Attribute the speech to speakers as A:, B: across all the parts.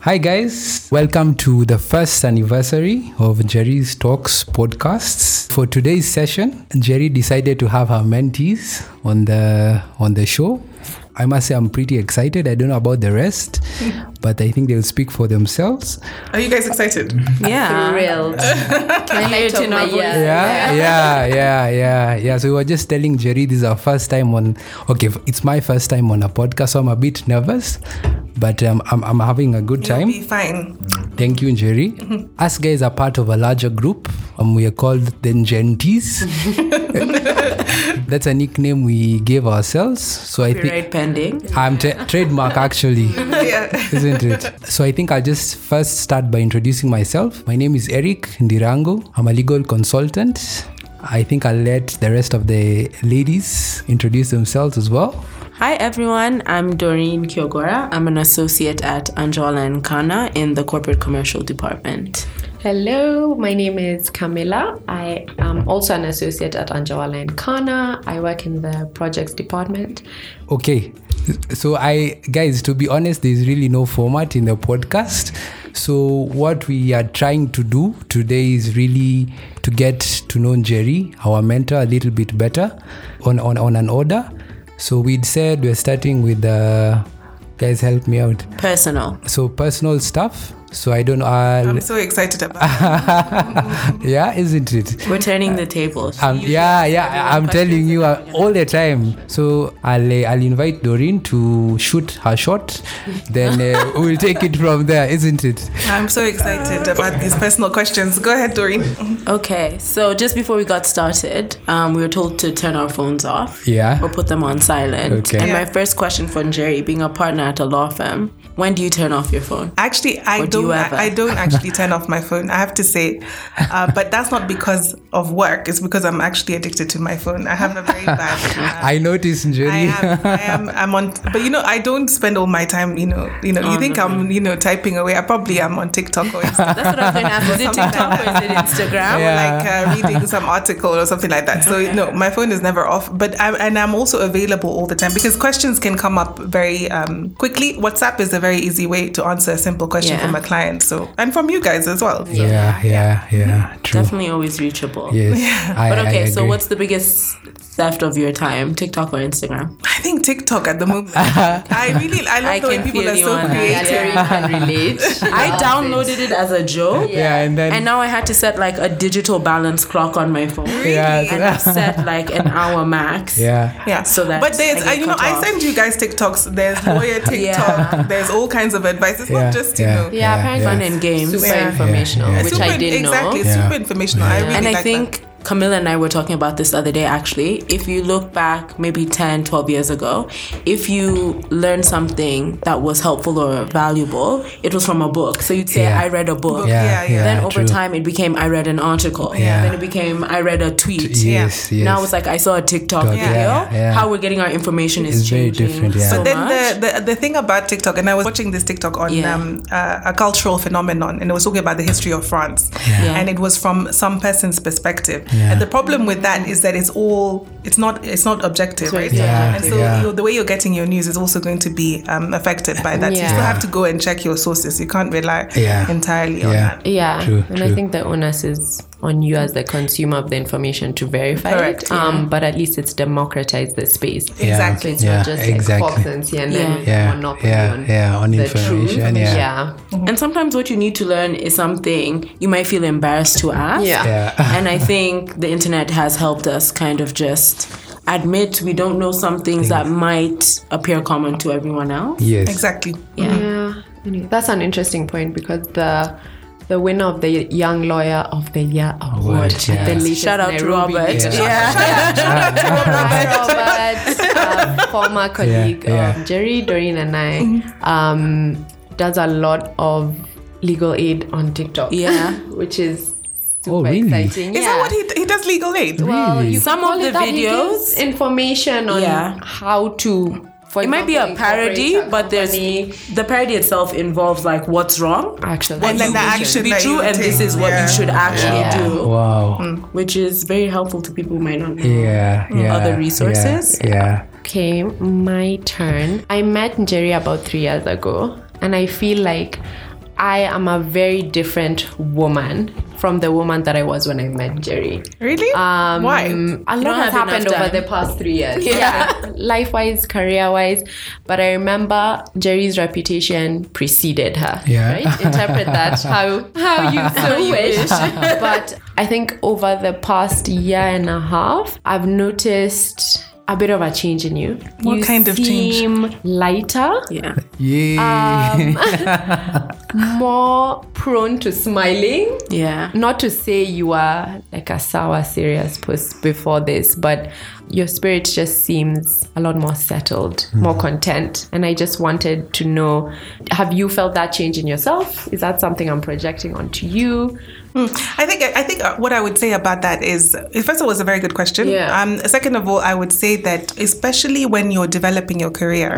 A: Hi, guys. Welcome to the first anniversary of Jerry's Talks podcasts. For today's session, Jerry decided to have her mentees on the on the show. I must say I'm pretty excited. I don't know about the rest, but I think they'll speak for themselves.
B: Are you guys excited?
C: Yeah.
D: thrilled. Can I
C: it
D: talk
C: in
D: my
C: our voice?
D: ears?
A: yeah, yeah, yeah, yeah, yeah. So we were just telling Jerry this is our first time on. Okay, f- it's my first time on a podcast, so I'm a bit nervous, but um, I'm I'm having a good
B: You'll
A: time.
B: be fine.
A: Thank you, Jerry. Us guys are part of a larger group, and we are called the Genties. That's a nickname we gave ourselves. So I think
C: Copyright pending.
A: I'm t- trademark actually.
B: Yeah.
A: Isn't it? So I think I'll just first start by introducing myself. My name is Eric Ndirango. I'm a legal consultant. I think I'll let the rest of the ladies introduce themselves as well.
C: Hi everyone, I'm Doreen Kyogora. I'm an associate at Angela and Kana in the corporate commercial department.
D: Hello, my name is Camilla. I am also an associate at Anjawala and Kana. I work in the projects department.
A: Okay. So I guys, to be honest, there's really no format in the podcast. So what we are trying to do today is really to get to know Jerry, our mentor, a little bit better on on, on an order. So we'd said we're starting with the guys help me out.
C: Personal.
A: So personal stuff. So I don't know. I'll,
B: I'm so excited
A: Ah.
B: about
A: yeah, isn't it?
C: We're turning the tables.
A: Um, yeah, yeah, I'm telling you uh, all the time. So I'll, uh, I'll invite Doreen to shoot her shot, then uh, we'll take it from there, isn't it?
B: I'm so excited about these personal questions. Go ahead, Doreen.
C: Okay, so just before we got started, um, we were told to turn our phones off.
A: Yeah.
C: Or put them on silent.
A: Okay.
C: And
B: Yeah.
C: my first question for Jerry, being a partner at a law firm, when do you turn off your phone?
B: Actually, I
C: Or do
B: don't.
C: you
B: I,
C: ever?
B: I don't actually turn off my phone. I have to say, uh, but that's not because of work. It's because I'm actually addicted to my phone. I have a very bad. Uh,
A: I noticed,
B: I
A: Jerry.
B: am, I am, I'm on, but you know, I don't spend all my time, you know, you know, you think I'm, you know, typing away. I probably am on TikTok or Instagram.
C: That's what I was going to ask. Is it TikTok or is it Instagram?
A: Yeah.
B: like uh, reading some article or something like that. So no, my phone is never off. But I'm, and I'm also available all the time because questions can come up very um, quickly. WhatsApp is a very easy way to answer a simple question
C: Yeah.
B: from a client. So and from you guys as well. So.
A: Yeah, yeah, yeah, true.
C: Definitely always reachable.
A: Yes. I,
C: But
A: I
C: okay, so
A: agree.
C: what's the biggest theft of your time, TikTok or Instagram?
B: I think TikTok at the moment. I really I love
C: I
B: the way
C: can
B: people
C: feel
B: are
C: you
B: so
C: on that.
B: creative.
D: can relate.
C: I downloaded it as a joke.
A: Yeah, and then
C: And now I had to set like a digital balance clock on my phone.
A: yeah,
C: And I've set like an hour max.
A: yeah,
B: Yeah.
C: So that's-
B: but there's,
C: I
B: I
C: get
B: you know,
C: cut
B: I
C: off.
B: send you guys TikToks. There's lawyer TikTok. There's all kinds of advice. It's
A: yeah,
B: not just you know.
D: Yeah, apparently
C: Fun and games.
D: Super
B: Yeah.
D: informational,
A: Yeah.
D: which I
B: Super-
D: didn't
B: exactly,
A: Yeah.
B: super informational. I really
C: And I
B: like that.
C: think Camilla and I were talking about this the other day actually. If you look back maybe 10, 12 years ago, if you learned something that was helpful or valuable, it was from a book. So you'd say,
A: Yeah.
C: I read a book.
A: yeah,
B: Yeah,
A: yeah.
B: yeah.
C: Then over
A: true.
C: time, it became I read an article.
A: Yeah.
C: Then it became I read a tweet.
A: yes, yes.
C: Now it's like I saw a TikTok
A: Yeah,
C: video.
A: yeah.
C: How we're getting our information is
A: It's very
C: changing
A: different, yeah.
C: so
A: But
B: then
C: much.
B: the, the the thing about TikTok, and I was watching this TikTok on
C: Yeah.
B: um, uh, a cultural phenomenon, and it was talking about the history of France,
C: Yeah.
B: and it was from some person's perspective.
A: Yeah.
B: And the problem with that is that it's all it's not it's not objective, right?
A: Yeah,
B: And so
A: yeah.
B: you know, the way you're getting your news is also going to be um, affected by that. So you
D: Yeah.
B: still have to go and check your sources. You can't rely
A: Yeah.
B: entirely
C: oh,
B: on
A: yeah.
B: that.
D: Yeah,
A: True,
D: and
A: true.
D: I think the onus is on you as the consumer of the information to verify
B: Correct,
D: it. Um, but at least it's democratized the space.
A: Yeah.
B: Exactly.
D: It's
A: Yeah,
D: not just
A: exactly.
D: like Fox and CNN with
A: Yeah,
D: monopoly
A: yeah,
D: on
A: yeah, on
D: the truth.
A: information, yeah.
D: yeah.
C: and sometimes what you need to learn is something you might feel embarrassed to ask.
D: Yeah.
A: Yeah.
C: and I think the internet has helped us kind of just admit we don't know some things that might appear common to everyone else.
A: Yes.
B: Exactly.
C: Yeah.
D: Yeah, anyway, that's an interesting point because the the winner of the Young Lawyer of the Year award,
A: Award,
D: at the
A: yeah.
D: latest
C: Shout out to
D: Nairobi
C: Robert.
D: meeting.
C: Yeah.
D: Robert, a um, former colleague
A: yeah.
D: of Jerry, Doreen, and I, um, does a lot of legal aid on TikTok.
C: Yeah.
D: which is super
A: Oh, really?
D: exciting.
B: Is that what he, he does? Legal aid.
D: Well, you
C: Some
D: could
C: of
D: call
C: the
D: it that. He gives
C: videos-
D: information on
C: Yeah.
D: how to. For
C: It might be a
D: example,
C: parody,
D: incorporate a
C: but there's
D: company.
C: the parody itself involves like what's wrong.
D: actually
C: What
B: like
C: you
B: the
C: wish
B: action
C: should be
B: that you
C: true,
B: would
C: and this
B: take.
C: is what
B: Yeah.
C: you should actually
D: Yeah.
C: do.
A: Wow.
C: which is very helpful to people who might not know
A: Yeah, yeah.
C: Mm-hmm. other
A: yeah,
C: resources.
A: Yeah.
D: Okay, my turn. I met Jerry about three years ago, and I feel like I am a very different woman from the woman that I was when I met Jerry.
B: Really?
D: Um,
B: Why?
D: A
C: don't
D: lot has
C: have enough
D: happened over
C: time.
D: the past three years. Yeah. Life wise, career wise. But I remember Jerry's reputation preceded her.
A: Yeah.
D: Right? Interpret that how, how you so wish. but I think over the past year and a half, I've noticed a bit of a change in you.
B: What
D: you
B: kind of change?
D: change? Lighter
C: Yeah.
A: Yay.
B: Um,
D: more prone to smiling.
C: Yeah.
D: Not to say you are like a sour, serious person before this, but your spirit just seems a lot more settled,
A: Hmm.
D: more content. And I just wanted to know have you felt that change in yourself? Is that something I'm projecting onto you?
B: I think I think uh, what I would say about that is first of all, it's a very good question.
C: Yeah.
B: Um, second of all, I would say that especially when you're developing your career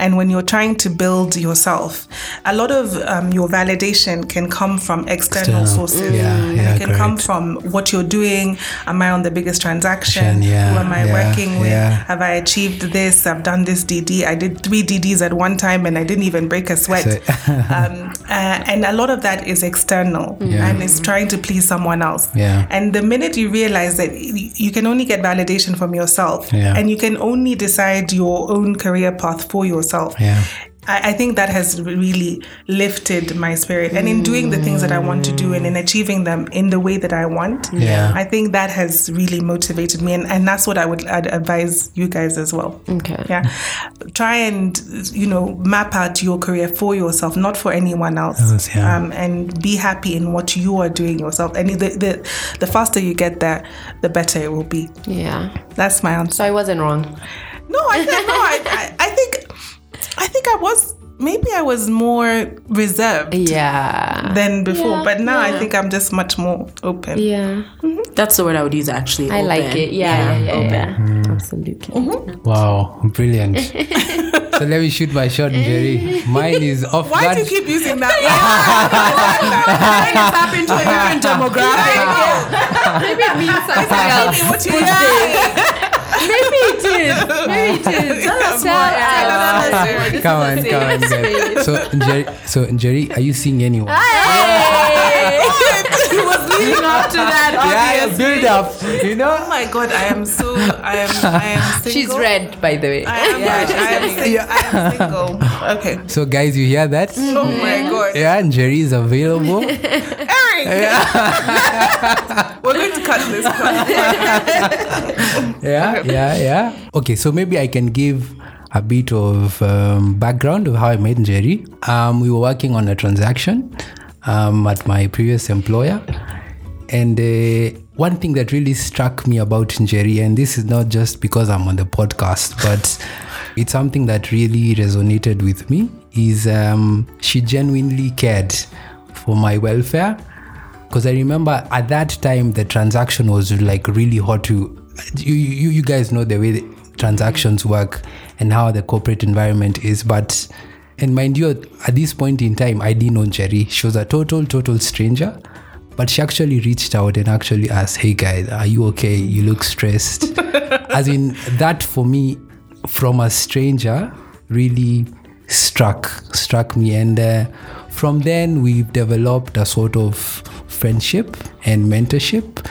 B: and when you're trying to build yourself, a lot of um, your validation can come from external
A: External.
B: sources.
A: Yeah,
B: And
A: yeah,
B: it can come
A: correct.
B: from what you're doing. Am I on the biggest transaction?
A: Yeah,
B: Who am I
A: yeah,
B: working with?
A: yeah.
B: Have I achieved this? I've done this DD. I did three DDs at one time and I didn't even break a sweat.
A: So-
B: um, uh, and a lot of that is external
A: Yeah.
B: and it's trying to please someone else.
A: Yeah.
B: And the minute you realize that y- you can only get validation from yourself
A: Yeah.
B: and you can only decide your own career path for yourself.
A: Yeah.
B: I I think that has really lifted my spirit, and in doing the things that I want to do and in achieving them in the way that I want,
A: Yeah.
B: I think that has really motivated me, and, and that's what I would I'd advise you guys as well.
D: Okay.
B: Yeah. Try and, you know, map out your career for yourself, not for anyone else.
A: Else, yeah.
B: um, and be happy in what you are doing yourself. And the, the, the faster you get there, the better it will be.
D: Yeah.
B: That's my answer.
D: So I wasn't wrong.
B: No, I think, no, I, I, I think, I think I was, maybe I was more reserved
D: Yeah.
B: than before,
D: Yeah,
B: but now I
D: yeah.
B: think I'm just much more open.
D: Yeah.
C: That's the word I would use actually.
D: I like
C: Open.
D: it. Yeah. Yeah. yeah, yeah.
A: Hmm.
D: Absolutely.
B: Oh,
A: Wow, brilliant. so let me shoot my shot, Jerry. Mine is off
B: Why
A: guard.
B: do you keep using that?
C: Happened to a different demographic.
D: Maybe it means something else.
B: What you yeah.
D: Maybe it is. Maybe it is. Tell us more.
B: Tell us more.
A: come on, come on. Jerry. So Jerry, so Jerry, are you seeing anyone?
B: Ah, He was leading up to that.
A: yeah,
B: obvious.
A: build up. You
B: Oh
A: know.
B: my god, I am so I am I am single.
D: She's red, by the way.
B: I am, red. I am single. I am single. Okay.
A: So guys, you hear that?
B: Oh my god.
A: Yeah, Jerry is available.
B: Eric! We're going to cut this part.
A: yeah, yeah, yeah. Okay, so maybe I can give a bit of um, background of how I met Jerry. Um, we were working on a transaction um, at my previous employer, and uh, one thing that really struck me about Jerry, and this is not just because I'm on the podcast, but it's something that really resonated with me, is um, she genuinely cared for my welfare because I remember at that time the transaction was like really hot to you you, you guys know the way the transactions work and how the corporate environment is but and mind you at this point in time I didn't know Jerry she was a total total stranger but she actually reached out and actually asked hey guys are you okay you look stressed as in that for me from a stranger really struck struck me and uh, from then we've developed a sort of friendship and mentorship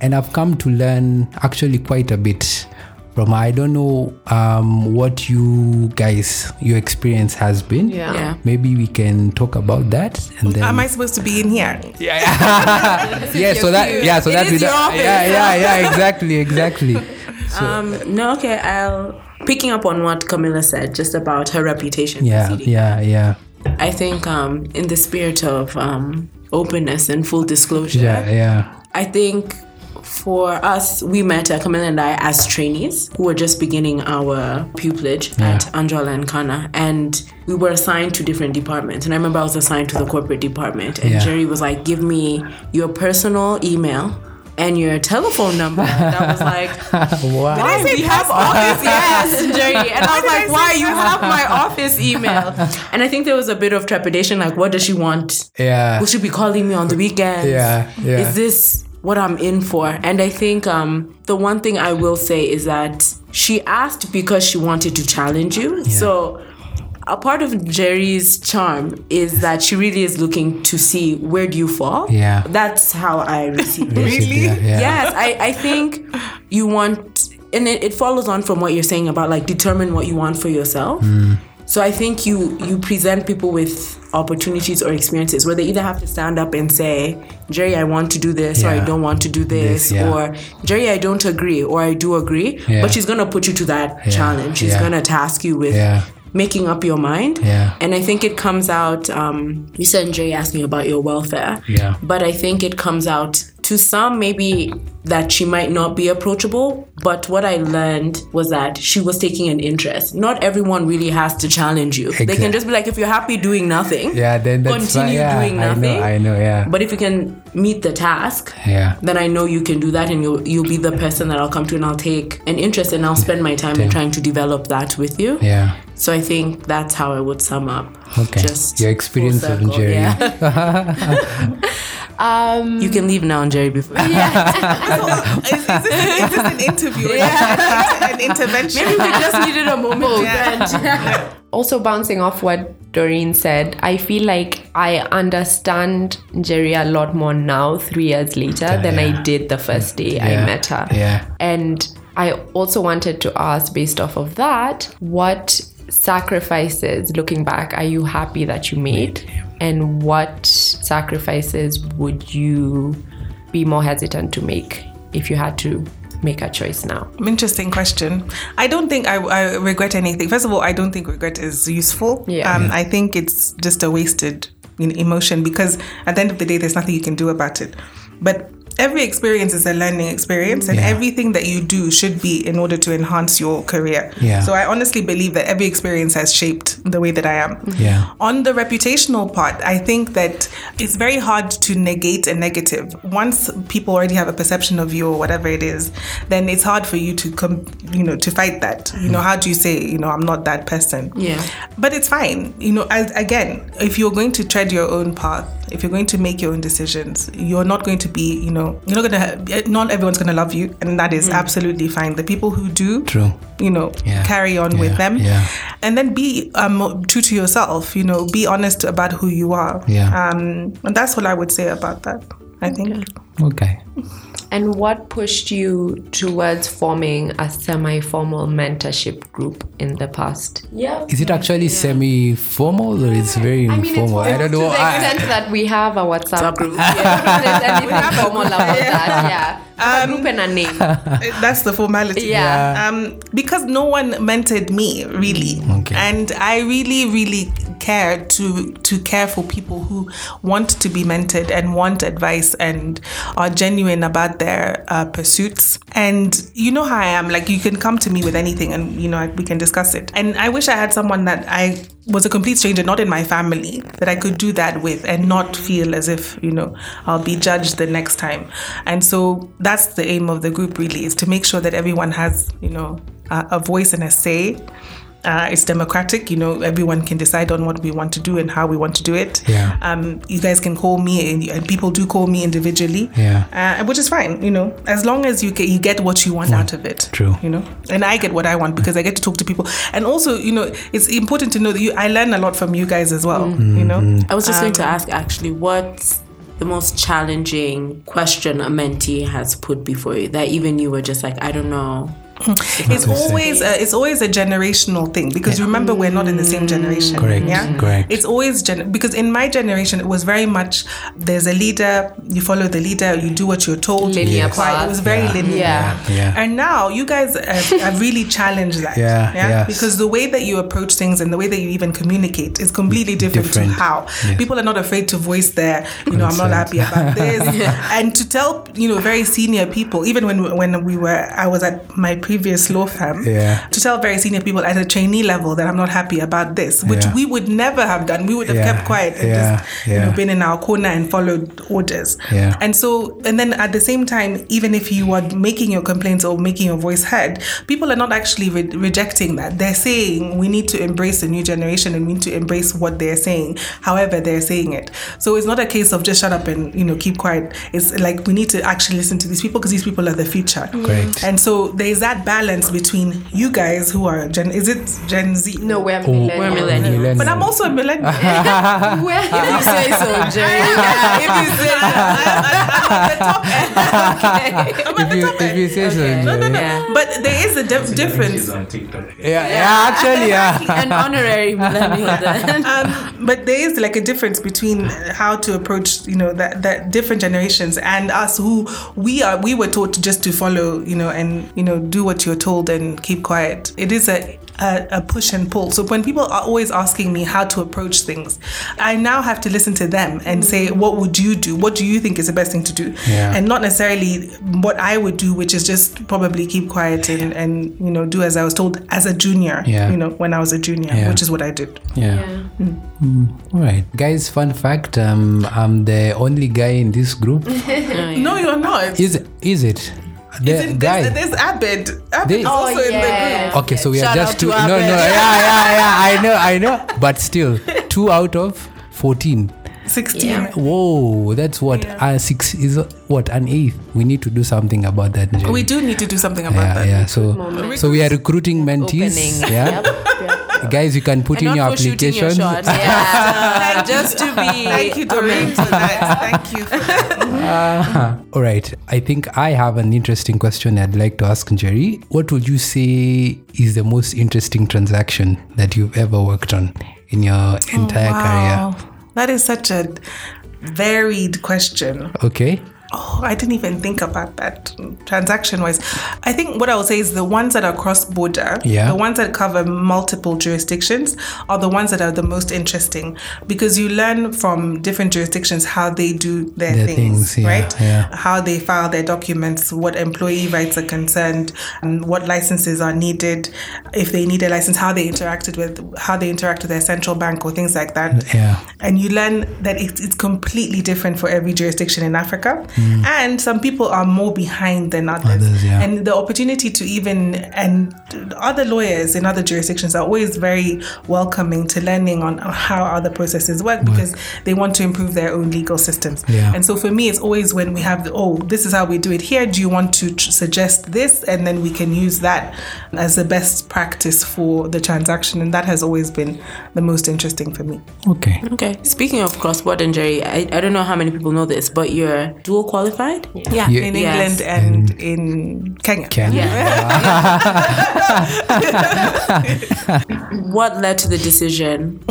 A: and i've come to learn actually quite a bit from her. i don't know um, what you guys your experience has been
D: Yeah.
C: Yeah.
A: maybe we can talk about that and then
B: Am I supposed to be in here?
A: yeah so that yeah so
C: It
A: that
C: is
A: we-
C: your office.
A: yeah yeah yeah exactly exactly so
C: Um, no, okay, I'll picking up on what Camilla said just about her reputation.
A: yeah
C: preceding
A: yeah yeah
C: I think um, in the spirit of um, openness and full disclosure,
A: yeah yeah
C: I think for us, we met uh, Camilla and I as trainees who were just beginning our pupillage at Angela and Kana, and we were assigned to different departments. And I remember I was assigned to the corporate department, and
A: Yeah.
C: Jerry was like, "Give me your personal email." And your telephone number. And I was like,
A: wow
C: why we have office yes Jerry and I was like why you have my office email and I think there was a bit of trepidation like what does she want
A: Yeah.
C: will she be calling me on the weekends
A: Yeah, yeah.
C: is this what I'm in for and I think um the one thing I will say is that she asked because she wanted to challenge you so a part of Jerry's charm is that she really is looking to see where do you fall.
A: Yeah.
C: That's how I receive it.
B: Really?
A: Yeah, yeah.
C: Yes, I, I think you want, and it, it follows on from what you're saying about like determine what you want for yourself.
A: Mm.
C: So I think you you present people with opportunities or experiences where they either have to stand up and say, Jerry, I want to do this, or
A: Yeah.
C: I don't want to do this,
A: This, yeah.
C: or Jerry, I don't agree, or I do agree.
A: Yeah.
C: But she's gonna put you to that challenge. She's
A: Yeah.
C: gonna task you with
A: Yeah.
C: making up your mind.
A: Yeah.
C: And I think it comes out. Um, you said Jerry asked me about your welfare.
A: Yeah.
C: But I think it comes out to some maybe that she might not be approachable. But what I learned was that she was taking an interest. Not everyone really has to challenge you. They
A: Exact-
C: can just be like, if you're happy doing nothing,
A: Yeah, then that's fine.
C: continue
A: Yeah,
C: doing
A: I know,
C: nothing.
A: I know, yeah.
C: But if you can meet the task,
A: Yeah.
C: then I know you can do that, and you'll you'll be the person that I'll come to, and I'll take an interest, and I'll spend my time in trying to develop that with you.
A: Yeah.
C: So I think that's how I would sum up.
A: Okay.
C: Just
A: Your
C: full
A: experience of
C: circle. Um,
A: Jerry.
C: Yeah.
D: Um,
C: you can leave now, Jerry. Before
B: is, is, this, is this an interview? an intervention?
C: maybe we just needed a moment.
D: also bouncing off what Doreen said, I feel like I understand Jerry a lot more now, three years later, than
A: yeah.
D: I did the first day
A: Yeah,
D: I met her.
A: yeah.
D: And I also wanted to ask, based off of that, what sacrifices, looking back, are you happy that you made? And what sacrifices would you be more hesitant to make if you had to make a choice now?
B: Interesting question. I don't think I, I regret anything. First of all, I don't think regret is useful.
D: Yeah.
B: Um, I think it's just a wasted you know, emotion because at the end of the day, there's nothing you can do about it. But every experience is a learning experience, and everything that you do should be in order to enhance your career.
A: Yeah.
B: So I honestly believe that every experience has shaped the way that I am.
A: Yeah.
B: On the reputational part, I think that it's very hard to negate a negative. Once people already have a perception of you or whatever it is, then it's hard for you to come, you know, to fight that. You know, how do you say, you know, I'm not that person?
C: Yeah.
B: But it's fine. You know, as, again, if you're going to tread your own path, if you're going to make your own decisions, you're not going to be, you know, you're not going to, not everyone's going to love you. And that is absolutely fine. The people who do,
A: True.
B: you know,
A: Yeah.
B: carry on
A: Yeah.
B: with them
A: Yeah.
B: and then be um, true to yourself you know be honest about who you are
A: Yeah.
B: um, and that's what i would say about that i think
A: Okay.
D: And what pushed you towards forming a semi formal mentorship group in the past? Yeah.
A: Is it actually semi formal or it's very
D: I mean, it's
A: informal? I don't know. Ah,
D: to
A: I-
D: the extent that we have a WhatsApp
C: group.
D: group. Yeah. There's anything formal about that. Yeah.
C: Um,
D: a group and a name.
B: that's the formality
D: Yeah.
B: um, because no one mentored me really
A: Okay.
B: and i really really care to to care for people who want to be mentored and want advice and are genuine about their uh, pursuits and you know how i am like you can come to me with anything and you know I, we can discuss it and i wish i had someone that i was a complete stranger not in my family that i could do that with and not feel as if you know i'll be judged the next time and so that's the aim of the group really is to make sure that everyone has you know a, a voice and a say uh, it's democratic, you know, everyone can decide on what we want to do and how we want to do it.
A: Yeah.
B: Um, you guys can call me, and, and people do call me individually.
A: Yeah. Mm.
B: Uh, which is fine, you know, as long as you get, you get what you want out of it.
A: True.
B: You know, and I get what I want because I get to talk to people. And also, you know, it's important to know that you, I learn a lot from you guys as well, you know.
A: Mm-hmm.
C: I was just going to ask actually, what's the most challenging question a mentee has put before you that even you were just like, I don't know.
B: It's always a, it's always a generational thing because remember we're not in the same generation.
A: Correct,
B: Yeah.
A: correct.
B: It's always gen- because in my generation it was very much there's a leader, you follow the leader, you do what you're told. you
D: Linear
B: be quiet. It
D: path.
B: was very
A: Yeah.
B: linear.
D: Yeah.
A: Yeah.
B: And now you guys have, have really challenged that.
A: Yeah, yes.
B: Because the way that you approach things and the way that you even communicate is completely different,
A: Different.
B: to how
A: Yes.
B: people are not afraid to voice their, you know, I'm not
A: Concerns.
B: happy about this, and to tell you know very senior people. Even when when we were, I was at my previous law firm.
A: Yeah.
B: To tell very senior people at a trainee level that I'm not happy about this, which
A: Yeah.
B: we would never have done. We would have
A: Yeah,
B: kept quiet and
A: yeah,
B: just you know
A: yeah.
B: been in our corner and followed orders.
A: Yeah.
B: And so, and then at the same time, even if you are making your complaints or making your voice heard, people are not actually re- rejecting that. They're saying we need to embrace the new generation and we need to embrace what they're saying, however they're saying it. So it's not a case of just shut up and you know keep quiet. It's like we need to actually listen to these people because these people are the future.
A: Correct.
B: And so there's that that balance between you guys who are Gen is it Gen Z?
D: No, we're
A: Oh,
D: millennials.
C: We're millennials.
B: But I'm also a millennial.
D: We're-
C: If you say so, Jerry. if you say that.
B: I'm at
A: if
B: the
A: you,
B: top
A: if
B: end.
A: you say so,
D: Okay.
B: No, no, no.
C: Yeah.
B: But there is a dif- difference.
E: She's on TikTok.
A: Yeah, yeah, actually, yeah.
C: An honorary millennial then.
B: um, but there is like a difference between how to approach you know that that different generations and us who we are we were taught to just to follow you know and you know do what you're told and keep quiet it is a a, a push and pull so when people are always asking me how to approach things i now have to listen to them and say what would you do what do you think is the best thing to do
A: Yeah.
B: and not necessarily what i would do which is just probably keep quiet and and you know do as i was told as a junior
A: Yeah.
B: you know when i was a junior
A: Yeah.
B: which is what i did
A: Yeah. Mm, All right, guys. Fun fact: um, I'm the only guy in this group.
B: No, you're not.
A: Is is it? The
B: Isn't
A: guy.
B: There's, there's Abed. Abed
A: They-
B: also
D: Oh,
B: in the
D: yeah.
B: group.
A: okay, so we are
C: Shout
A: just
C: out
A: two.
C: to
A: No, no,
C: Abed.
A: yeah, yeah, yeah. I know, I know. But still, two out of fourteen.
B: 16.
A: Whoa, that's what uh, six is. What an eighth. We need to do something about that. Njeri.
B: We do need to do something about
A: yeah,
B: that.
A: yeah. So,
D: Moment.
A: so we are recruiting mentees.
D: Opening.
A: Yeah, guys, you can put in
C: And
A: your
C: not for shooting your
A: applications.
C: shot.
D: Yeah.
C: Just to be.
B: Thank you, Doreen, for that. Thank you. For that.
A: All right. I think I have an interesting question I'd like to ask Jerry. What would you say is the most interesting transaction that you've ever worked on in your entire
B: Wow. That is such a varied question.
A: career? Okay.
B: Oh, I didn't even think about that transaction wise. I think what I would say is the ones that are cross border,
A: Yeah.
B: the ones that cover multiple jurisdictions, are the ones that are the most interesting because you learn from different jurisdictions how they do their,
A: Their
B: things,
A: things, yeah,
B: right?
A: yeah.
B: How they file their documents, what employee rights are concerned, and what licenses are needed, if they need a license, how they interacted with how they interact with their central bank or things like that
A: Yeah.
B: and you learn that it's, it's completely different for every jurisdiction in Africa. And some people are more behind than others.
A: Mm. Others, yeah.
B: And the opportunity to even, and other lawyers in other jurisdictions are always very welcoming to learning on how other processes work because they want to improve their own legal systems.
A: Yeah.
B: And so for me, it's always when we have, the, oh, this is how we do it here. Do you want to tr- suggest this? And then we can use that as the best practice for the transaction. And that has always been the most interesting for me.
A: Okay.
C: Okay. Speaking of cross-border, Jerry, I, I don't know how many people know this, but you're dual qualified.
B: Yeah,
A: Yeah.
B: in England
C: Yes.
B: and in Kenya.
A: Can
C: What led to the decision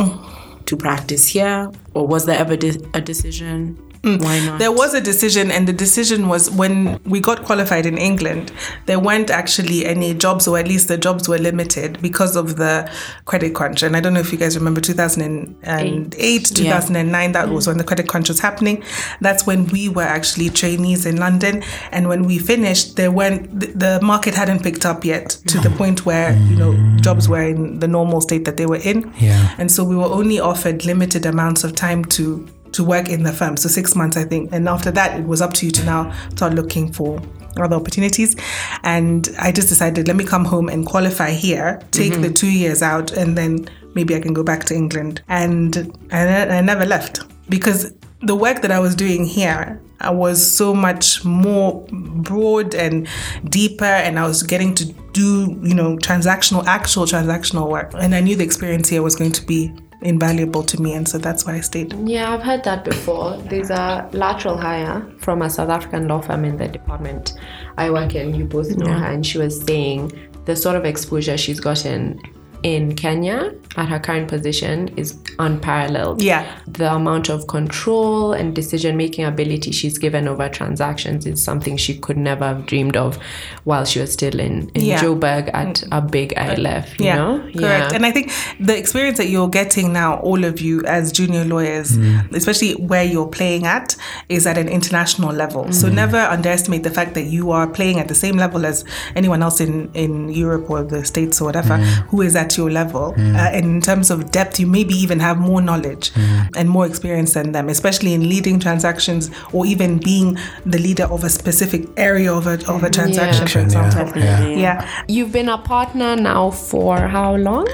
C: to practice here, or was there ever de- a decision? Why not?
B: There was a decision, and the decision was when we got qualified in England, there weren't actually any jobs, or at least the jobs were limited because of the credit crunch. And I don't know if you guys remember 2008, 2009, that was when the credit crunch was happening. That's when we were actually trainees in London. And when we finished, there weren't, th- the market hadn't picked up yet to the point where, you know, jobs were in the normal state that they were in.
A: Yeah.
B: And so we were only offered limited amounts of time to to work in the firm. So six months, I think. And after that, it was up to you to now start looking for other opportunities. And I just decided, let me come home and qualify here, take the two years out, and then maybe I can go back to England. And and I, I never left because the work that I was doing here I was so much more broad and deeper, and I was getting to do, you know, transactional, actual transactional work. And I knew the experience here was going to be invaluable to me, and so that's why I stayed.
D: Yeah, I've heard that before. There's a lateral hire from a South African law firm in the department I work in. You both know her, and she was saying the sort of exposure she's gotten in Kenya at her current position is unparalleled.
B: Yeah.
D: The amount of control and decision making ability she's given over transactions is something she could never have dreamed of while she was still in, in
B: Yeah. Mm.
D: Joburg at a big ILF, you
B: yeah,
D: know?
B: correct. And I think the experience that you're getting now, all of you as junior lawyers,
A: Mm.
B: especially where you're playing at, is at an international level. So
A: Mm.
B: never underestimate the fact that you are playing at the same level as anyone else in in Europe or the States or whatever
A: Mm.
B: who is at your level. Uh, and in terms of depth, you maybe even have more knowledge
A: Mm.
B: and more experience than them, especially in leading transactions or even being the leader of a specific area of a of a transaction, for
A: Transaction, yeah.
B: example. yeah,
D: You've been a partner now for how long?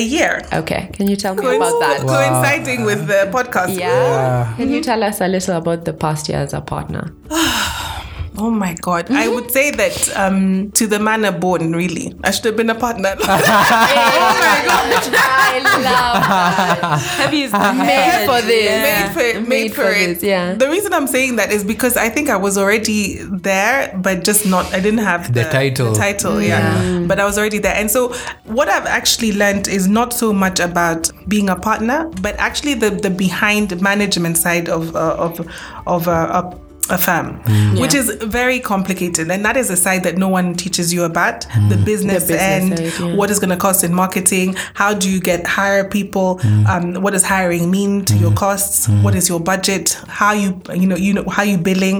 B: a year.
D: Okay, can you tell me
B: Coinc-
D: about that?
B: Coinciding with the podcast.
D: Yeah. Can you tell us a little about the past year as a partner?
B: Oh my God. I would say that um, to the man born, really. I should have been a partner. oh
D: I love that.
C: Heavy is
D: Made for this.
B: made for it. Made, for, it.
D: this, yeah.
B: The reason I'm saying that is because I think I was already there, but just not. I didn't have
A: The title.
B: title, yeah. But I was already there, and so what I've actually learned is not so much about being a partner, but actually the the behind management side of uh, of of uh, a a firm,
A: Mm.
B: which is very complicated, and that is a side that no one teaches you about the
A: Mm.
B: business,
D: business
B: end,
D: side, yeah.
B: what is going to cost in marketing how do you get hire people um, what does hiring mean to your costs what is your budget how you you know you know how you billing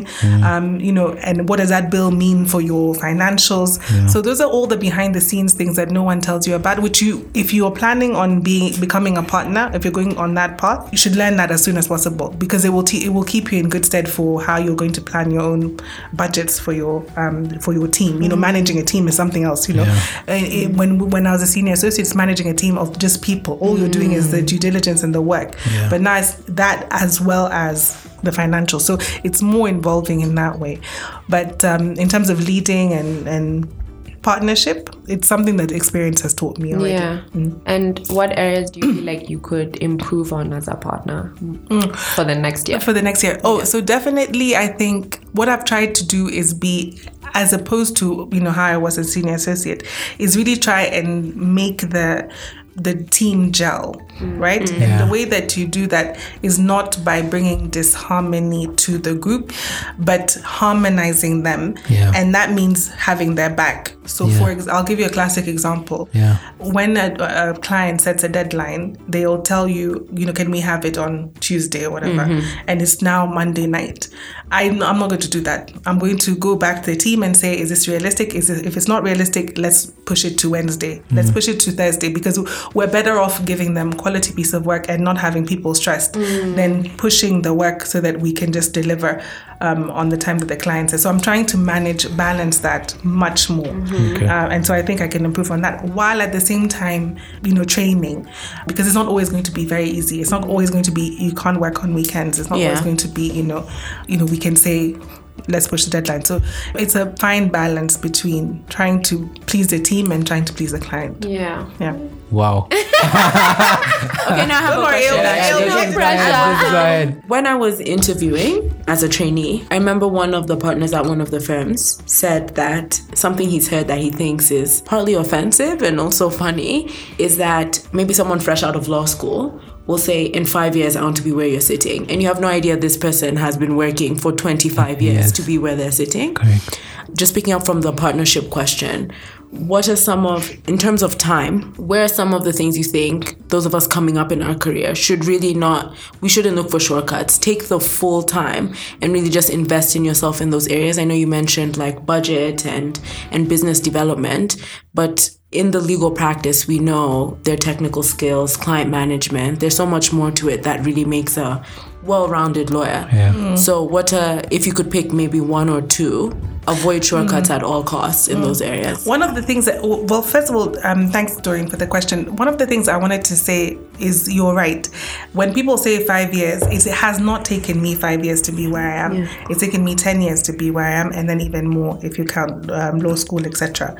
B: um, you know and what does that bill mean for your financials so those are all the behind the scenes things that no one tells you about which you if you're planning on being becoming a partner if you're going on that path you should learn that as soon as possible because it will te- it will keep you in good stead for how you're going to plan your own budgets for your um, for your team you know managing a team is something else you know uh, it- when when I was a senior associate, it's managing a team of just people. All you're doing is the due diligence and the work. But now it's that as well as the financial. So it's more involving in that way. But um, in terms of leading and and partnership, it's something that experience has taught me already.
D: Yeah. And what areas do you feel like you could improve on as a partner
B: Mm.
D: for the next year?
B: for the next year. Oh, so definitely, I think what I've tried to do is be, as opposed to you know how I was a senior associate, is really try and make the the team gel, right? And the way that you do that is not by bringing disharmony to the group, but harmonizing them,
A: Yeah.
B: and that means having their back. So, for ex- I'll give you a classic example
A: Yeah.
B: when a, a client sets a deadline, they'll tell you, you know, can we have it on Tuesday or whatever? And it's now Monday night. I'm, I'm not going to do that. I'm going to go back to the team and say, is this realistic? Is it, if it's not realistic, let's push it to Wednesday. Let's push it to Thursday because we're better off giving them quality piece of work and not having people stressed than pushing the work so that we can just deliver um, on the time that the client says. So I'm trying to manage, balance that much more.
A: Okay.
B: Uh, and so I think I can improve on that while at the same time, you know, training because it's not always going to be very easy. It's not always going to be you can't work on weekends. It's not always
C: Yeah.
B: going to be you know, you know, we can say let's push the deadline. So it's a fine balance between trying to please the team and trying to please the client.
D: Yeah.
B: Yeah.
A: Wow.
C: Okay, now I have a
B: Don't worry,
C: question.
B: it'll- it'll-
D: no
A: Just-
D: pressure.
A: just go ahead.
C: When I was interviewing as a trainee, I remember one of the partners at one of the firms said that something he's heard that he thinks is partly offensive and also funny is that maybe someone fresh out of law school will say, In five years, I want to be where you're sitting. And you have no idea this person has been working for 25 years
A: Yes.
C: to be where they're sitting.
A: Correct.
C: Just picking up from the partnership question, what are some of, in terms of time, where are some of the things you think those of us coming up in our career should really not, we shouldn't look for shortcuts. Take the full time and really just invest in yourself in those areas. I know you mentioned like budget and, and business development, but in the legal practice, we know their technical skills, client management, there's so much more to it that really makes a well rounded lawyer.
A: Yeah.
C: So, what uh, if you could pick maybe one or two? Avoid shortcuts at all costs in those areas.
B: One of the things that, well, first of all, um, thanks, Doreen, for the question. One of the things I wanted to say is you're right. When people say five years, it's- it has not taken me five years to be where I am. It's taken me 10 years to be where I am, and then even more if you count um, law school, etc.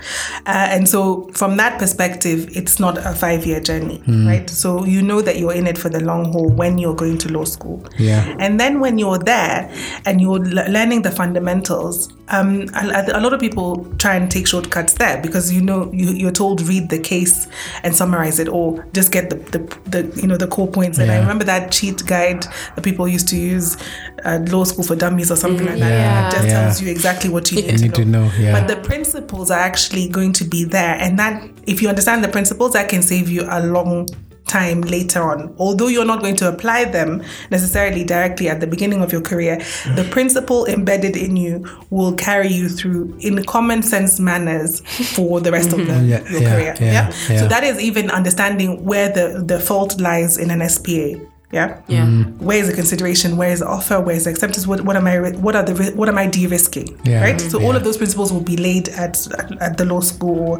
B: Uh, and so, from that perspective, it's not a five year journey, right? So, you know that you're in it for the long haul when you're going to law school.
A: Yeah.
B: And then when you're there and you're l- learning the fundamentals, um, a, a lot of people try and take shortcuts there because you know you, you're told read the case and summarize it, or just get the, the, the you know the core points. And I remember that cheat guide that people used to use at law school for dummies or something like that.
A: Yeah.
B: It just
A: Yeah.
B: tells you exactly what you need,
A: You need to know, yeah.
B: But the principles are actually going to be there, and that if you understand the principles, that can save you a long time later on. Although you're not going to apply them necessarily directly at the beginning of your career, the principle embedded in you will carry you through in common sense manners for the rest of the,
A: Mm-hmm. Yeah,
B: your
A: yeah,
B: career.
A: yeah,
B: Yeah,
A: yeah.
B: So that is even understanding where the, the fault lies in an SPA. Yeah.
C: Yeah.
B: Where is the consideration? Where is the offer? Where is the acceptance? What, what am I? What are the? ri- What am I de-risking?
A: Yeah,
B: Right. So all
A: yeah.
B: of those principles will be laid at at the law school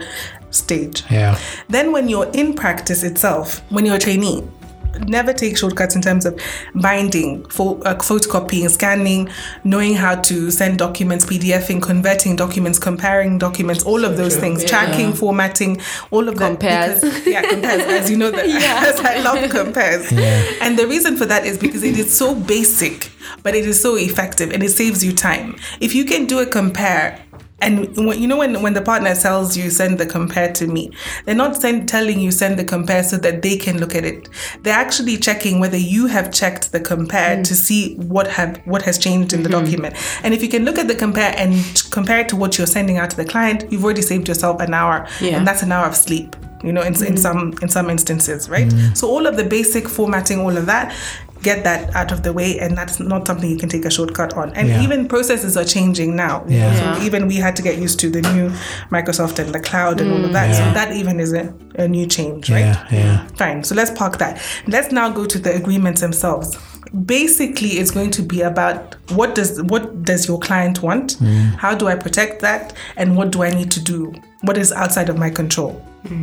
B: stage.
A: Yeah.
B: Then, when you're in practice itself, when you're a trainee, never take shortcuts in terms of binding, pho- uh, photocopying, scanning, knowing how to send documents, PDFing, converting documents, comparing documents, all of those things, tracking, formatting, all of that.
D: Compares.
B: because- yeah, compares. As you know that, as I love compares. And the reason for that is because it is so basic, but it is so effective and it saves you time. If you can do a compare and when, you know when when the partner tells you send the compare to me, they're not send, telling you send the compare so that they can look at it. They're actually checking whether you have checked the compare to see what have what has changed in the document. And if you can look at the compare and compare it to what you're sending out to the client, you've already saved yourself an hour,
C: Yeah.
B: and that's an hour of sleep. You know, in,
A: Mm.
B: in some in some instances, right? So all of the basic formatting, all of that, get that out of the way, and that's not something you can take a shortcut on. And
A: Yeah.
B: even processes are changing now. you know,
A: Yeah.
B: so
C: Yeah.
B: even we had to get used to the new Microsoft and the cloud and all of that. So that even is a, a new change, right?
A: Yeah, yeah.
B: Fine. So let's park that. Let's now go to the agreements themselves. Basically, it's going to be about what does what does your client want?
A: Mm.
B: How do I protect that? And what do I need to do? What is outside of my control?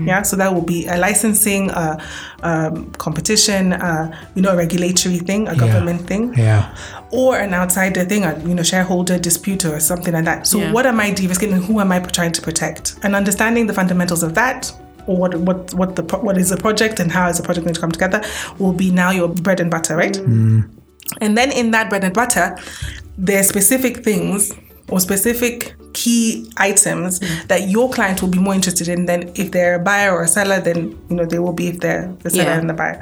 B: Yeah. So that will be a licensing, uh, um, competition, uh, you know, a regulatory thing, a government thing
A: Yeah.
B: or an outsider thing, a you know shareholder dispute or something like that. So
C: Yeah.
B: what am I de-risking and who am I trying to protect? And understanding the fundamentals of that, or what what what the pro- what is the project and how is the project going to come together, will be now your bread and butter, right?
C: Mm.
B: Mm. And then in that bread and butter, there are specific things or specific key items
C: Mm.
B: that your client will be more interested in than if they're a buyer or a seller, then you know they will be if they're the seller
C: Yeah.
B: and the buyer.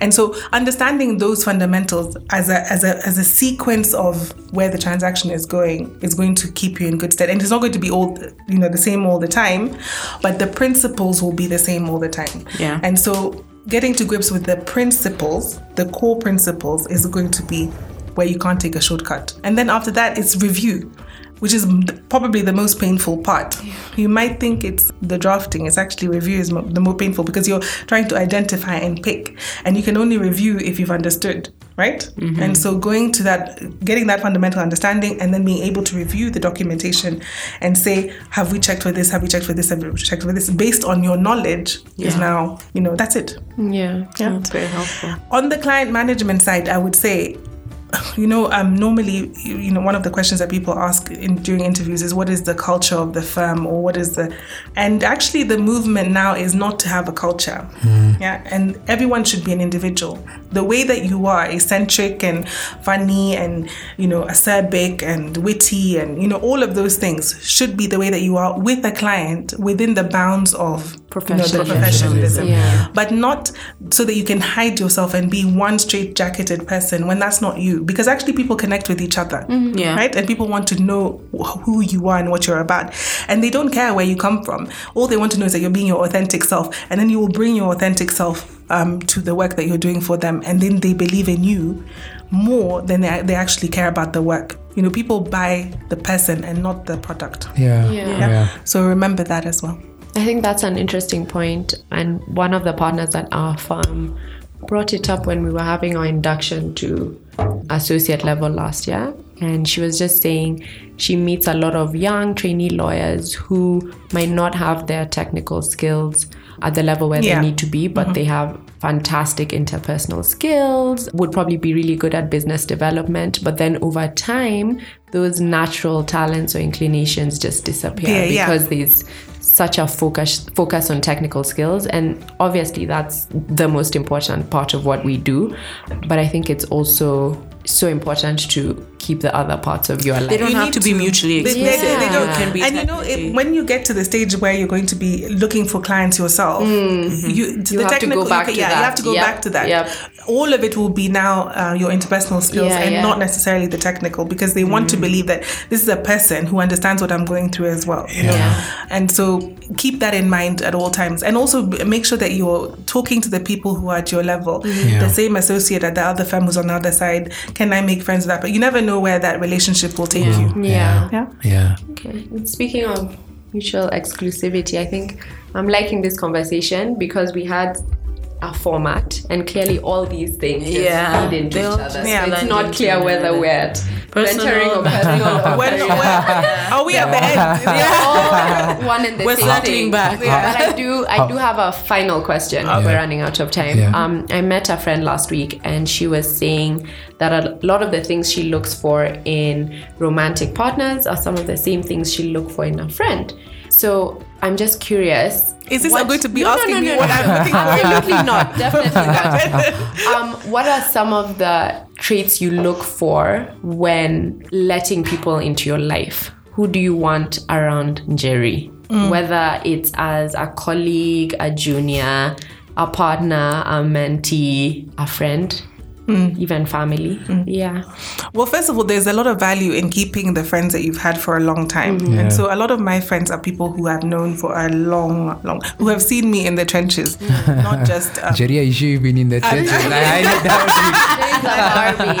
B: And so understanding those fundamentals as a as a as a sequence of where the transaction is going is going to keep you in good stead. And it's not going to be all you know the same all the time, but the principles will be the same all the time.
C: Yeah.
B: And so getting to grips with the principles, the core principles, is going to be where you can't take a shortcut. And then after that, it's review, which is m- probably the most painful part. You might think it's the drafting, it's actually review is mo- the more painful because you're trying to identify and pick. And you can only review if you've understood, right? And so going to that, getting that fundamental understanding and then being able to review the documentation and say, have we checked for this? Have we checked for this? Have we checked for this? Based on your knowledge is
C: Yeah.
B: now, you know, that's it.
D: Yeah.
B: Yeah.
C: That's very helpful.
B: On the client management side, I would say, you know, um, normally, you you know, one of the questions that people ask in, during interviews is, what is the culture of the firm, or what is the, and actually, the movement now is not to have a culture, yeah, and everyone should be an individual. The way that you are eccentric and funny and you know acerbic and witty and you know all of those things should be the way that you are with a client within the bounds of you know, the
C: Professionalism.
B: professionalism
D: Yeah.
B: but not so that you can hide yourself and be one straight jacketed person when that's not you because actually people connect with each other
C: Yeah.
B: right and people want to know wh- who you are and what you're about and they don't care where you come from all they want to know is that you're being your authentic self and then you will bring your authentic self um, to the work that you're doing for them and then they believe in you more than they, they actually care about the work you know people buy the person and not the product
A: Yeah.
D: Yeah.
A: Yeah.
B: so remember that as well
D: I think that's an interesting point, and one of the partners at our firm brought it up when we were having our induction to associate level last year. And she was just saying she meets a lot of young trainee lawyers who might not have their technical skills at the level where
B: Yeah. Mm-hmm.
D: they need to be, but they have fantastic interpersonal skills, would probably be really good at business development. But then over time, those natural talents or inclinations just
B: Yeah,
D: disappear
B: yeah.
D: because there's such a focus focus on technical skills and obviously that's the most important part of what we do but i think it's also so important to keep the other parts of your
C: They
D: life
C: don't
B: You
C: have
B: need
C: to be mutually exclusive.
B: They, they, they
D: Yeah.
B: don't.
C: You can be
B: and you know,
C: technically-
B: it, when you get to the stage where you're going to be looking for clients yourself, you, to
D: Mm-hmm. You
B: the
D: have to go
B: technical,
D: back
B: you,
D: to
B: yeah, you
D: that.
B: have to go
D: Yep.
B: back to that.
D: Yep.
B: All of it will be now uh, your interpersonal skills
D: Yeah,
B: and
D: yeah.
B: not necessarily the technical because they want to
D: Mm.
B: believe that this is a person who understands what I'm going through as well. you know? And so keep that in mind at all times. And also b- make sure that you're talking to the people who are at your level.
A: Yeah.
D: Mm-hmm.
B: The same associate at the other firm who's on the other side. Can I make friends with that? But you never know where that relationship will take you.
D: yeah
B: Yeah.
A: Yeah.
D: Okay. And speaking of mutual exclusivity, I think I'm liking this conversation because we had a format, and clearly all these things just
C: Yeah.
D: feed into
C: They all
D: each other.
C: just
B: Yeah.
D: so it's
C: blend
D: not
C: into
D: clear whether
C: another.
D: we're at
C: Personal.
D: mentoring or personal. or
B: When,
D: career.
B: when, are we at the end?
D: They're all one and the
C: We're
D: same
C: circling
D: thing.
C: back.
D: But I do, I do have a final question. We're running out of time.
A: Yeah.
D: Um, I met a friend last week, and she was saying that a lot of the things she looks for in romantic partners are some of the same things she look for in a friend. So I'm just curious.
B: Is this
D: what-
B: going to be
D: No, no,
B: asking
D: no,
B: me
D: no,
B: what
D: no.
B: I'm looking for?
D: Absolutely not. Definitely not. Um, what are some of the traits you look for when letting people into your life? Who do you want around Jerry?
B: Mm.
D: Whether it's as a colleague, a junior, a partner, a mentee, a friend,
B: Mm.
D: even family. Yeah.
B: Well, first of all, there's a lot of value in keeping the friends that you've had for a long time. And so a lot of my friends are people who I've known for a long, long, who have seen me in the trenches, not just. Um,
A: Jerry, I sure you've been in the trenches. I highly doubt it.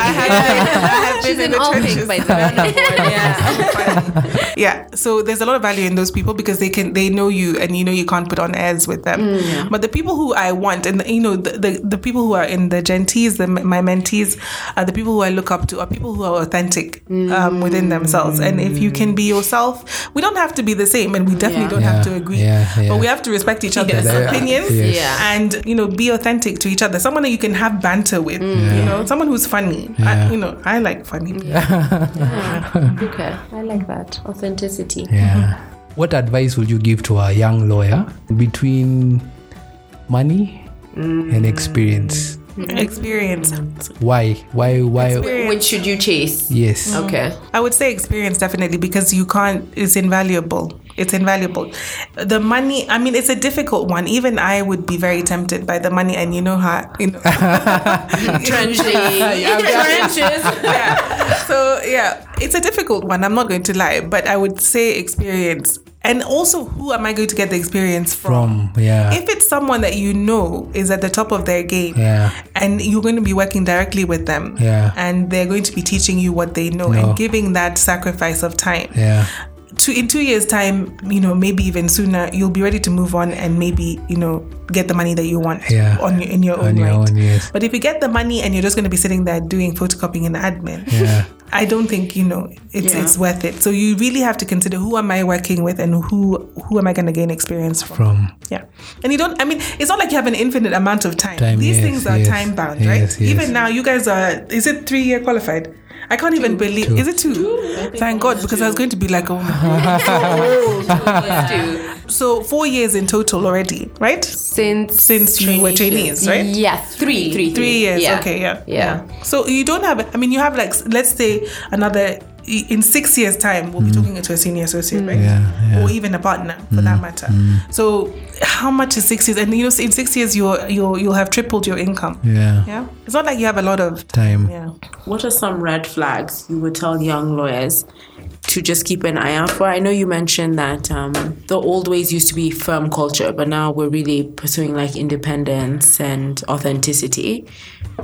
B: I have, I have
D: She's
B: been in
D: an
B: the
D: all
B: trenches.
D: pink, by the way.
B: yeah so there's a lot of value in those people because they can they know you and you know you can't put on airs with them but the people who i want and you know the, the, the people who are in the gentees the, my mentees are the people who i look up to are people who are authentic um, within themselves and if you can be yourself we don't have to be the same and we definitely
C: Yeah.
B: don't have to
A: Yeah,
B: agree
A: yeah, yeah.
B: but we have to respect each other's
A: Yeah.
B: opinions
A: Yes.
D: Yeah.
B: and you know be authentic to each other someone that you can have banter with you know someone who's funny I, you know i like funny people
D: Okay. I like that. Authenticity.
A: Yeah. What advice would you give to a young lawyer between money and experience?
B: experience
A: Why? Why? Why?
D: Which should you chase?
A: Yes.
B: Mm.
D: Okay.
B: I would say experience definitely because you can't. It's invaluable. It's invaluable. The money. I mean, it's a difficult one. Even I would be very tempted by the money, and you know how you know.
C: Trenching.
B: yeah. So yeah, it's a difficult one. I'm not going to lie, but I would say experience, and also who am I going to get the experience from?
A: From yeah.
B: If it's someone that you know is at the top of their game,
A: Yeah.
B: and you're going to be working directly with them,
A: Yeah.
B: and they're going to be teaching you what they know
A: No.
B: and giving that sacrifice of time,
A: yeah.
B: two in two years time you know maybe even sooner you'll be ready to move on and maybe you know get the money that you want
A: Yeah.
B: on your, in your own
A: On your
B: right
A: own, yes.
B: but if you get the money and you're just going to be sitting there doing photocopying and admin
A: Yeah.
B: I don't think you know it's
C: Yeah.
B: it's worth it. So you really have to consider who am I working with and who who am I going to gain experience from.
A: From
B: Yeah, and you don't. I mean, it's not like you have an infinite amount of time.
A: Time,
B: These
A: yes,
B: things are
A: yes,
B: time bound,
A: yes,
B: right?
A: yes.
B: Even now, you guys are. Is it three year qualified? I can't even believe. Is it two? Thank God, because I was going to be like, oh my
D: Let's do.
B: God. So four years in total already, right?
D: since
B: Since you were trainees, right?
D: Yeah, three, three,
B: Three years.
D: Yeah.
B: Okay, yeah.
D: Yeah.
B: So you don't have. I mean, you have like s- let's say another in six years' time, we'll be talking to a senior associate, right?
A: Mm. Yeah, Mm, yeah.
B: Or even a partner, for that matter. So how much is six years? And you know, in six years, you're you're you'll have tripled your income.
A: yeah.
B: Yeah, it's not like you have a lot of
A: Time.
B: Yeah.
C: What are some red flags you would tell young lawyers to just keep an eye out for? I know you mentioned that um, the old ways used to be firm culture, but now we're really pursuing like independence and authenticity.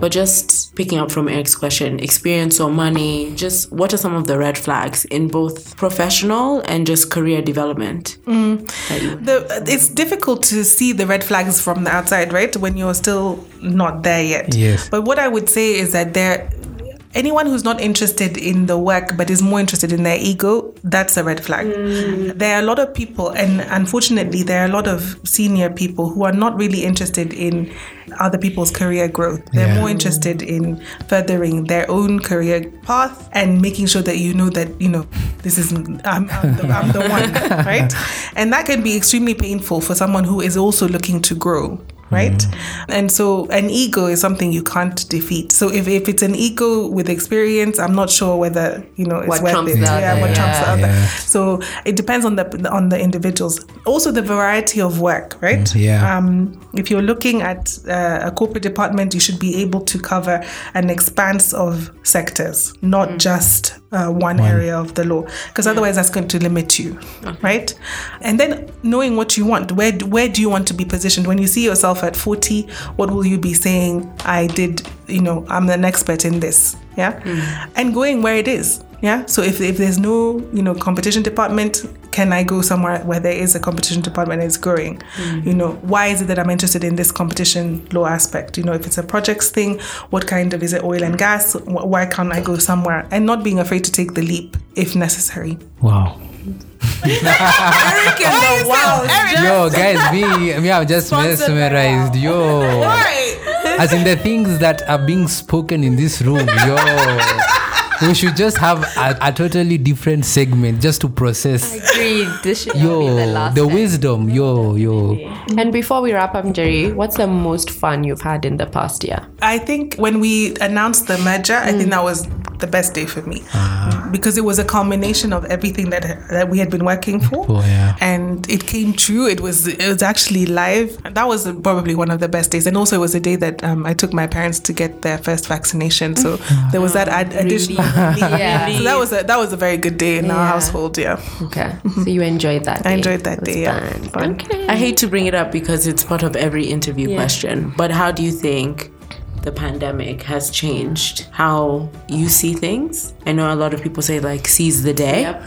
C: But just picking up from Eric's question, experience or money, just what are some of the red flags in both professional and just career development? that you-
B: The, it's difficult to see the red flags from the outside, right? When you're still not there yet.
A: Yes.
B: But what I would say is that there, anyone who's not interested in the work but is more interested in their ego, that's a red flag. There are a lot of people, and unfortunately, there are a lot of senior people who are not really interested in other people's career growth. They're
A: Yeah.
B: more interested in furthering their own career path and making sure that you know that you know this is I'm, I'm, the, I'm the one, right? And that can be extremely painful for someone who is also looking to grow. Right?
D: Mm-hmm.
B: And so an ego is something you can't defeat. So if, if it's an ego with experience, I'm not sure whether, you know, it's
D: What
B: worth
D: trumps
B: it.
D: the
B: yeah,
D: other,
B: what trumps the
D: yeah.
B: other.
A: Yeah.
B: So it depends on the on the individuals. Also the variety of work, right?
A: Mm, yeah.
B: Um, if you're looking at uh, a corporate department, you should be able to cover an expanse of sectors, not just uh, one, area of the law, because otherwise that's going to limit you, right? And then knowing what you want, where d- where do you want to be positioned? When you see yourself at 40, what will you be saying? I did, you know, I'm an expert in this, yeah, and going where it is. Yeah. So if, if there's no, you know, competition department, can I go somewhere where there is a competition department that is growing? You know, why is it that I'm interested in this competition law aspect? You know, if it's a projects thing, what kind of is it oil and gas? Wh- Why can't I go somewhere? And not being afraid to take the leap if necessary.
A: Wow.
C: Eric and the wow.
A: Oh, Yo, guys, me, me, I'm just
C: Sponsored by
A: mesmerized. Yo.
C: Right.
A: As in the things that are being spoken in this room, yo. We should just have a, a totally different segment just to process.
D: Agreed. This should not be
A: Yo,
D: the last.
A: the
D: time.
A: wisdom, yo, yo.
D: And before we wrap up, Jerry, what's the most fun you've had in the past year?
B: I think when we announced the merger, I think that was the best day for me because it was a culmination of everything that that we had been working for,
A: Oh, yeah.
B: and it came true. It was it was actually live. That was probably one of the best days, and also it was a day that um, I took my parents to get their first vaccination. So there was that ad- additional.
D: Yeah.
B: So that was a, that was a very good day in our
D: Yeah.
B: household. Yeah,
D: Okay, so you enjoyed that.
B: I
D: day.
B: enjoyed that
D: It was
B: day, yeah.
D: fun.
B: Fun.
D: Okay.
C: I hate to bring it up because it's part of every interview
D: Yeah.
C: question, but how do you think the pandemic has changed how you see things? I know a lot of people say, like, seize the day.
D: Yep.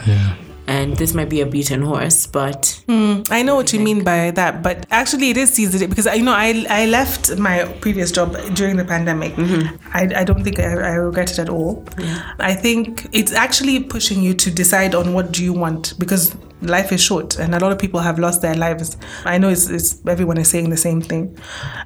C: And this might be a beaten horse, but
B: Mm, I know what you mean by that, but actually it is season because I you know I I left my previous job during the pandemic. I, I don't think I, I regret it at all. I think it's actually pushing you to decide on what do you want because life is short and a lot of people have lost their lives. I know it's, it's everyone is saying the same thing.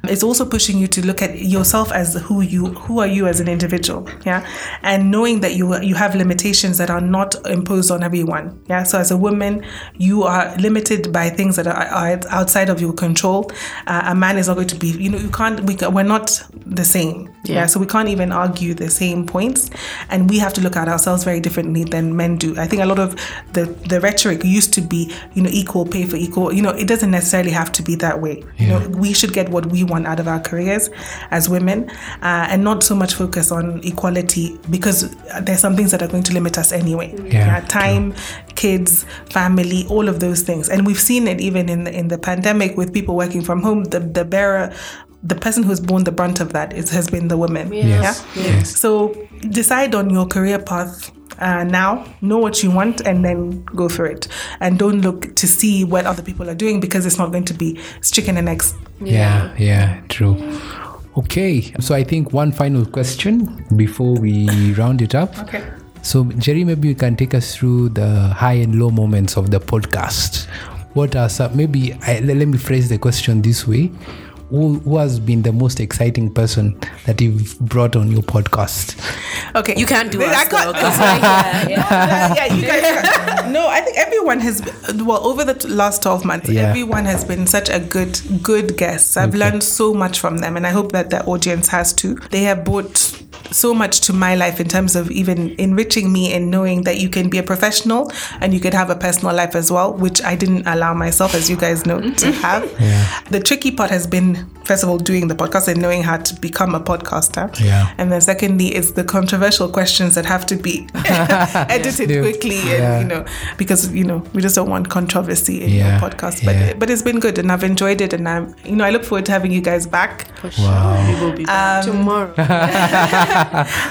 B: It's also pushing you to look at yourself as who you who are you as an individual, yeah, and knowing that you you have limitations that are not imposed on everyone, yeah. So as a woman, you are limited by things that are, are outside of your control. Uh, a man is not going to be, you know, you can't. We, ca- we're not the same, yeah. So we can't even argue the same points, and we have to look at ourselves very differently than men do. I think a lot of the the rhetoric used to be, you know, equal pay for equal. You know, it doesn't necessarily have to be that way. You know, we should get what we want out of our careers as women, uh, and not so much focus on equality because there's some things that are going to limit us anyway.
A: Yeah.
B: time, kids, family, all of those things, and we've seen it even in the, in the pandemic with people working from home. The the bearer. The person who's borne the brunt of that is, has been the woman.
A: Yes.
B: Yeah?
A: Yes.
B: So decide on your career path uh, now. Know what you want, and then go for it. And don't look to see what other people are doing because it's not going to be it's chicken and eggs.
A: yeah yeah true okay so i think one final question before we round it up
B: Okay.
A: so jerry maybe you can take us through the high and low moments of the podcast what are some maybe I, le- let me phrase the question this way who, who has been the most exciting person that you've brought on your podcast
B: Okay.
C: you can't do
B: I
C: us.
B: can't-
C: though, 'cause
B: yeah, yeah, you guys. No, I think everyone has. Well, over the t- last twelve months,
A: Yeah.
B: everyone has been such a good, good guest. I've learned so much from them, and I hope that the audience has too. They have brought so much to my life in terms of even enriching me and knowing that you can be a professional and you can have a personal life as well, which I didn't allow myself, as you guys know, to have. The tricky part has been, first of all, doing the podcast and knowing how to become a podcaster.
A: Yeah.
B: And then secondly is the controversial questions that have to be edited
A: Yeah.
B: quickly and
A: Yeah.
B: you know because you know we just don't want controversy in
A: Yeah.
B: your podcast. But
A: Yeah.
B: but it's been good and I've enjoyed it and I'm you know I look forward to having you guys back.
C: we will be back.
D: Tomorrow.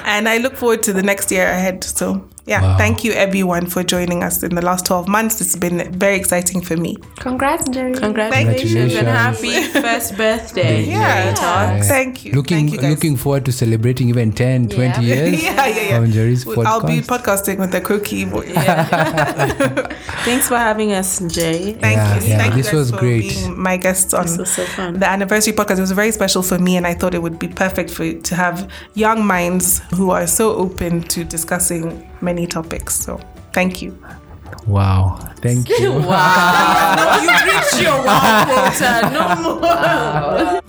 B: And I look forward to the next year ahead. So yeah,
A: Wow.
B: thank you everyone for joining us in the last 12 months. It's been very exciting for me.
D: Congrats, Jerry.
C: Congratulations and happy
A: Congratulations.
C: first birthday.
B: Yeah. Thank you.
A: looking
B: Thank you guys.
A: looking forward to celebrating even 10 20
D: Yeah.
A: years
B: yeah, yeah, yeah.
A: on jerry's podcast
B: I'll be podcasting with the croaky voice.
C: Thanks for having us, Jay.
B: Thank
A: Yeah,
B: you.
A: yeah,
B: Thank
A: this
B: you guys
A: was
B: for
A: great.
B: being my guests on
C: This was so fun.
B: the anniversary podcast. It was very special for me, and I thought it would be perfect for to have young minds who are so open to discussing many topics. So. Thank you.
A: wow thank you
C: Wow. you reached your wow quota. No more.